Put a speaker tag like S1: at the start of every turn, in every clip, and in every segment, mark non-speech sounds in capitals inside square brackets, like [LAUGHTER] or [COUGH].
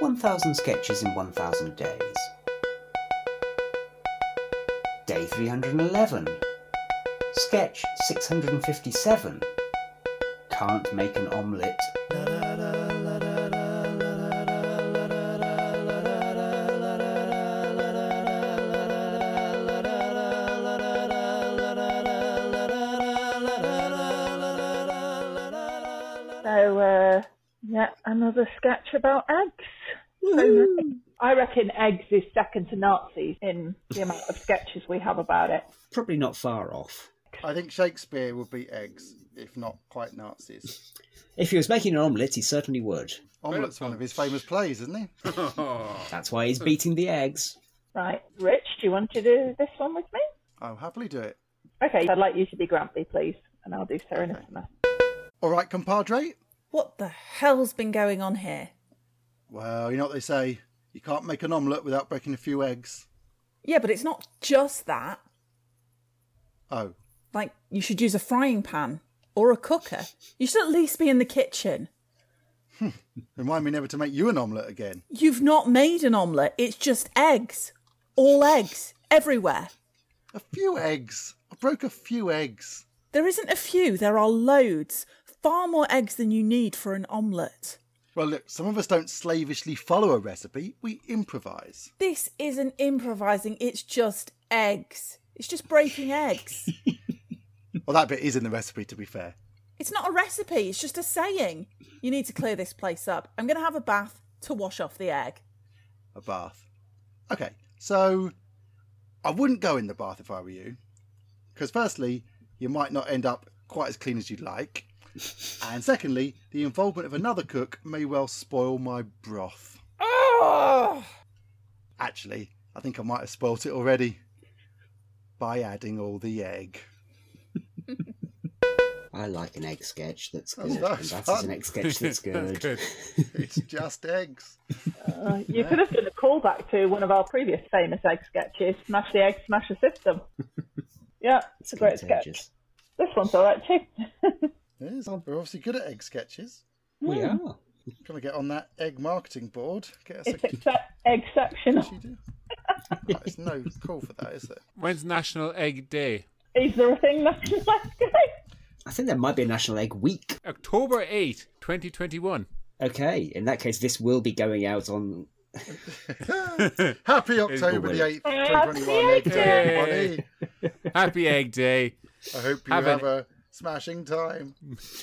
S1: 1000 Sketches in 1000 Days. Day 311. Sketch 657. Can't make an omelette.
S2: So, uh, yeah, another sketch about eggs. So nice. I reckon eggs is second to Nazis in the amount of sketches we have about it.
S1: Probably not far off.
S3: I think Shakespeare would be eggs, if not quite Nazis.
S1: If he was making an omelette, he certainly would.
S3: Omelette's one of his famous plays, isn't he?
S1: That's why he's beating the eggs.
S2: Right, Rich, do you want to do this one with me?
S3: I'll happily do it.
S2: Okay, I'd like you to be Grampy, please, and I'll do Serenissima.
S3: All right, compadre.
S4: What the hell's been going on here?
S3: Well, you know what they say. You can't make an omelette without breaking a few eggs.
S4: Yeah, but it's not just that.
S3: Oh,
S4: Like, you should use a frying pan or a cooker. You should at least be in the kitchen.
S3: remind me never to make you an omelette again.
S4: You've not made an omelette, it's just eggs. All eggs, everywhere.
S3: A few eggs. I broke a few eggs.
S4: There isn't a few, there are loads. Far more eggs than you need for an omelette.
S3: Well, look, some of us don't slavishly follow a recipe. We improvise.
S4: This isn't improvising, it's just eggs. It's just breaking eggs.
S3: Well, that bit is in the recipe, to be fair.
S4: It's not a recipe, it's just a saying. You need to clear this place up. I'm going to have a bath to wash off the egg.
S3: A bath. Okay, so I wouldn't go in the bath if I were you. Because, firstly, you might not end up quite as clean as you'd [LAUGHS] like. And secondly, the involvement of another cook may well spoil my broth.
S4: Oh!
S3: Actually, I think I might have spoilt it already by adding all the egg.
S1: I like an egg sketch that's
S3: That's
S1: good. and
S3: nice,
S1: that is
S3: fun.
S1: an egg sketch that's good.
S3: It's just [LAUGHS] eggs.
S2: Uh, you could have done a callback to one of our previous famous egg sketches Smash the Egg, Smash the System. yeah, it's a great sketch.
S1: contagious.
S2: This one's all right too.
S3: It is. We're obviously good at egg sketches.
S1: We are.
S3: Can we get on that egg marketing board? Get us [LAUGHS]
S2: it's
S3: a
S2: except exceptional.
S3: you do. Right, it's no call for that, is there?
S5: When's National Egg Day?
S2: Is there a thing that's like
S1: I think there might be a National Egg Week.
S5: October 8, 2021.
S1: Okay, in that case, this will be going out on.
S3: Happy October the
S1: Happy
S3: 8th, 2021, egg day,
S5: Day.
S3: everybody.
S5: Happy Egg Day.
S3: I hope you
S5: Have
S3: have,
S5: an-
S3: a smashing time.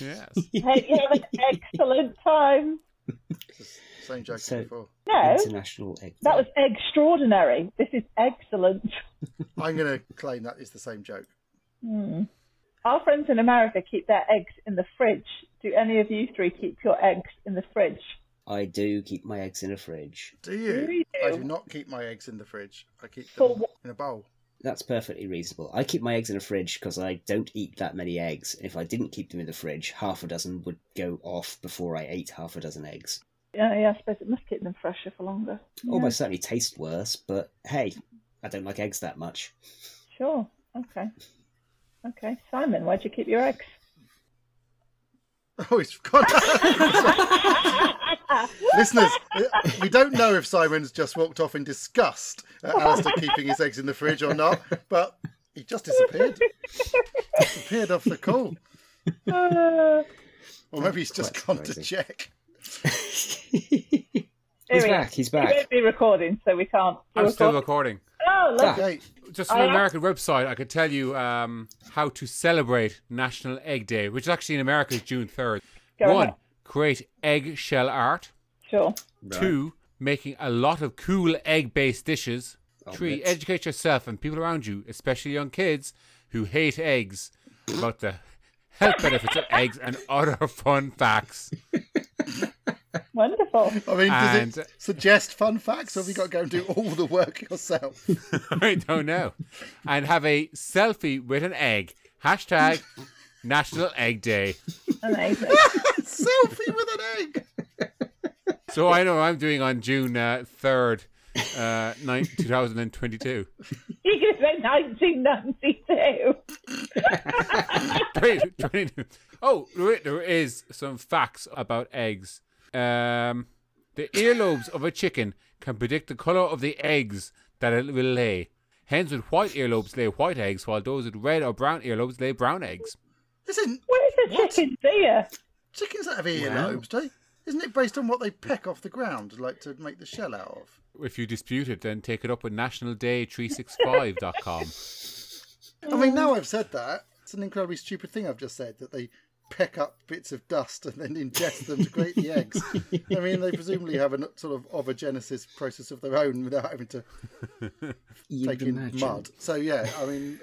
S5: Yes.
S2: you have an excellent time?
S3: Same joke as
S1: So-
S3: before.
S2: No,
S1: International Egg
S2: Oh, that
S1: Day.
S2: was extraordinary. This is excellent.
S3: I'm going to claim that is the same joke.
S2: Our friends in America keep their eggs in the fridge. Do any of you three keep your eggs in the fridge?
S1: I do keep my eggs in a fridge.
S3: Do you?
S2: We
S3: I
S2: do.
S3: do not keep my eggs in the fridge. I keep
S2: For
S3: them
S2: what-
S3: in a bowl. [LAUGHS]
S1: That's perfectly reasonable. I keep my eggs in a fridge because I don't eat that many eggs. If I didn't keep them in the fridge, half a dozen would go off before I ate half a dozen eggs.
S2: Yeah, yeah, I suppose it must keep them fresher for longer.
S1: Almost certainly taste worse, but hey, I don't like eggs that much.
S2: Sure. Okay. Okay. Simon, where do you keep your eggs?
S3: Oh, he's got [LAUGHS] Listeners, we don't know if Simon's just walked off in disgust at Alistair keeping his eggs in the fridge or not, but he just disappeared. disappeared off the call.
S2: Uh,
S3: Or maybe he's just
S1: Quite
S3: gone to
S1: surprising.
S3: check.
S1: He's
S2: here we
S1: back, he's
S2: are. We
S1: back.
S2: won't be recording, so we can't. do
S5: I'm
S2: a
S5: still
S2: pod-
S5: recording.
S2: Oh, look.
S1: Ah,
S3: Okay,
S5: Just from an American website, I could tell you um, how to celebrate National Egg Day, which is actually in America is June 3rd.
S2: Go
S5: One,
S2: ahead.
S5: create eggshell art.
S2: Sure.
S1: right.
S5: Two, making a lot of cool egg based dishes. Three,
S1: Omelets.
S5: educate yourself and people around you, especially young kids who hate eggs, about the health benefits of eggs and other [LAUGHS] fun facts.
S2: Wonderful.
S3: I mean, does
S5: And-
S3: it suggest fun facts, or have you got to go and do all the work
S1: [LAUGHS]
S3: yourself?
S5: [LAUGHS] I don't know. And have a selfie with an egg. Hashtag National Egg Day.
S2: Amazing.
S3: Selfie with an egg.
S5: So I know what I'm doing on June uh, 3rd, uh, nine- 2022. [LAUGHS]
S2: you could say 1992.
S5: 20 22. Oh, wait, there is some facts about eggs. Um, The earlobes of a chicken can predict the colour of the eggs that it will lay. Hens with white earlobes lay white eggs, while those with red or brown earlobes lay brown eggs.
S3: Isn't
S2: Where's the
S3: What?
S2: chicken deer?
S3: chickens that have earlobes,
S1: Wow.
S3: do they? Isn't it based on what they peck off the ground, like to make the shell out of?
S5: If you dispute it, then take it up with nationalday365.com.
S3: I mean, now
S1: Mm.
S3: I've said that, it's an incredibly stupid thing I've just said that they peck up bits of dust and then ingest them to create the
S1: [LAUGHS]
S3: eggs. I mean, they presumably have a sort of ovogenesis process of their own without having to
S1: You'd
S3: take in
S1: imagine.
S3: mud. So yeah, I mean,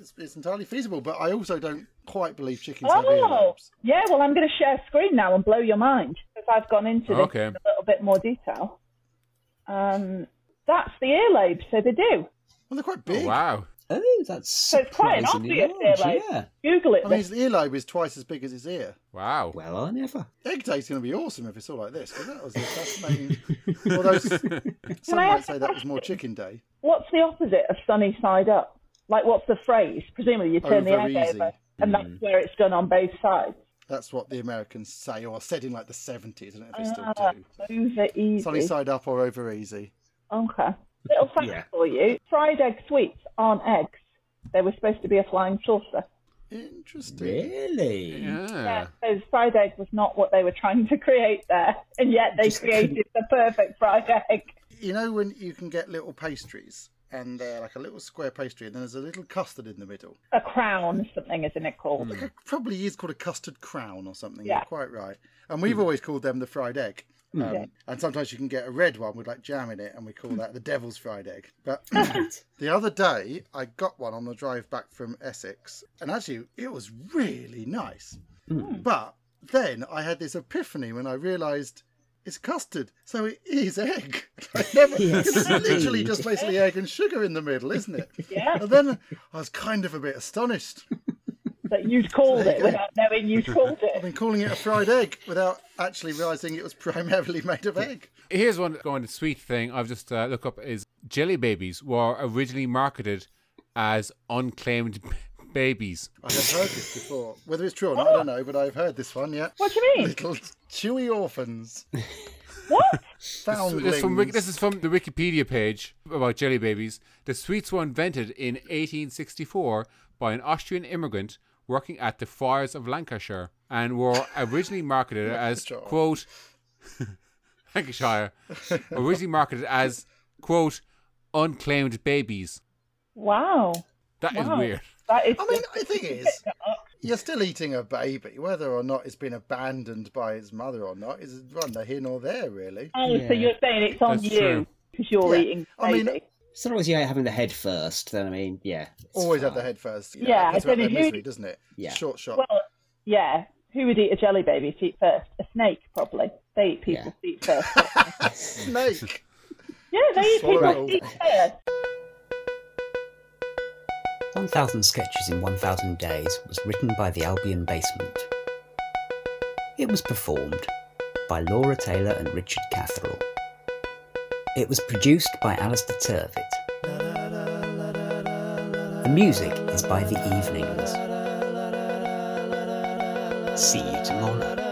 S3: it's, it's entirely feasible. But I also don't quite believe chickens have
S2: Oh,
S3: earlobes.
S2: yeah. Well, I'm going to share screen now and blow your mind because I've gone into this
S5: Okay.
S2: in a little bit more detail. Um, that's the earlobe, so they do.
S3: Well, they're quite
S5: Oh,
S3: big.
S5: wow.
S1: Oh, that's
S2: So it's quite an
S1: surprisingly
S2: obvious
S1: large,
S2: earlobe.
S1: Yeah.
S2: Google it.
S3: I mean, his earlobe is twice as big as his ear.
S5: Wow.
S1: Well, I never.
S3: Egg day's going to be awesome if it's all like this. Because that was a fascinating. Although s- some
S2: I
S3: might
S2: ask a
S3: say that was more chicken day.
S2: what's the opposite of sunny side up? Like, what's the phrase? Presumably, you turn the
S3: Over
S2: egg
S3: easy. Hmm.
S2: over, and that's where it's done on both sides.
S3: That's what the Americans say, or said in like the seventies. I don't know if they
S2: Ah,
S3: still do.
S2: over easy.
S3: Sunny side up or over easy.
S2: Okay. Little fact
S1: Yeah.
S2: for you: fried egg sweets aren't eggs. They were supposed to be a flying saucer.
S3: Interesting.
S1: Really?
S5: Yeah.
S2: So fried egg was not what they were trying to create there, and yet they
S1: Just couldn't-
S2: created the perfect fried egg.
S3: You know when you can get little pastries and they're like a little square pastry, and then there's a little custard in the middle.
S2: A crown, something, isn't it called?
S3: Like it probably is called a custard crown or something.
S2: Yeah.
S3: You're quite right. And we've always called them the fried egg. Um,
S2: Yeah.
S3: And sometimes you can get a red one with like jam in it, and we call that the devil's fried egg. But
S2: [LAUGHS]
S3: [CLEARS THROAT]
S1: Right.
S3: the other day, I got one on the drive back from Essex, and actually, it was really nice.
S2: Hmm.
S3: But then I had this epiphany when I realised it's custard, so it is egg. [LAUGHS] I never,
S1: Yes,
S3: it's literally
S1: indeed.
S3: just basically egg and sugar in the middle, isn't it?
S2: [LAUGHS] Yeah.
S3: And then I was kind of a bit astonished.
S2: That you'd called
S3: Hmm.
S2: it
S3: There you go.
S2: without knowing you'd called
S3: I've [LAUGHS]
S2: it.
S3: been calling it a fried egg without actually realizing it was primarily made of egg.
S5: Here's one going to sweet thing I've just uh, looked up is jelly babies were originally marketed as unclaimed [LAUGHS] b- babies.
S3: I have heard this before. Whether it's true or not, I don't know, but I've heard this one, yeah.
S2: What do you mean?
S3: Little chewy orphans.
S2: What?
S5: So This, from, Wik-
S3: Foundlings.
S5: this is from the Wikipedia page about jelly babies. The sweets were invented in 1864 by an Austrian immigrant working at the Friars of Lancashire and were originally marketed as,
S3: Lancashire.
S5: quote, [LAUGHS] Lancashire, originally marketed as, quote, unclaimed babies.
S2: Wow.
S5: That is
S2: Wow.
S5: weird.
S2: That is.
S3: I mean, the thing is, you're still eating a baby. Whether or not it's been abandoned by its mother or not is neither here nor there, really.
S2: oh,
S1: Yeah.
S2: so you're saying it's on
S5: That's
S2: you
S5: true.
S2: because you're
S3: Yeah.
S2: eating
S3: I mean,
S2: baby.
S1: So long as you're having the head first, then I mean, yeah. it's
S3: Always have the
S1: fine.
S3: head first. You
S2: Yeah,
S3: know, that's
S2: I don't
S3: about their
S2: know who-
S3: misery, doesn't it?
S1: Yeah.
S3: Short shot.
S2: Well, yeah. Who would eat a jelly baby's feet first? A snake, probably. They eat people's feet first.
S5: [LAUGHS]
S3: Snake.
S2: yeah, they eat
S3: swallow it all.
S2: people's feet first.
S1: 1000 Sketches in 1000 Days was written by the Albion Basement. It was performed by Laura Taylor and Richard Catherall. It was produced by Alistair Turvitt. The music is by The Evenings. See you tomorrow.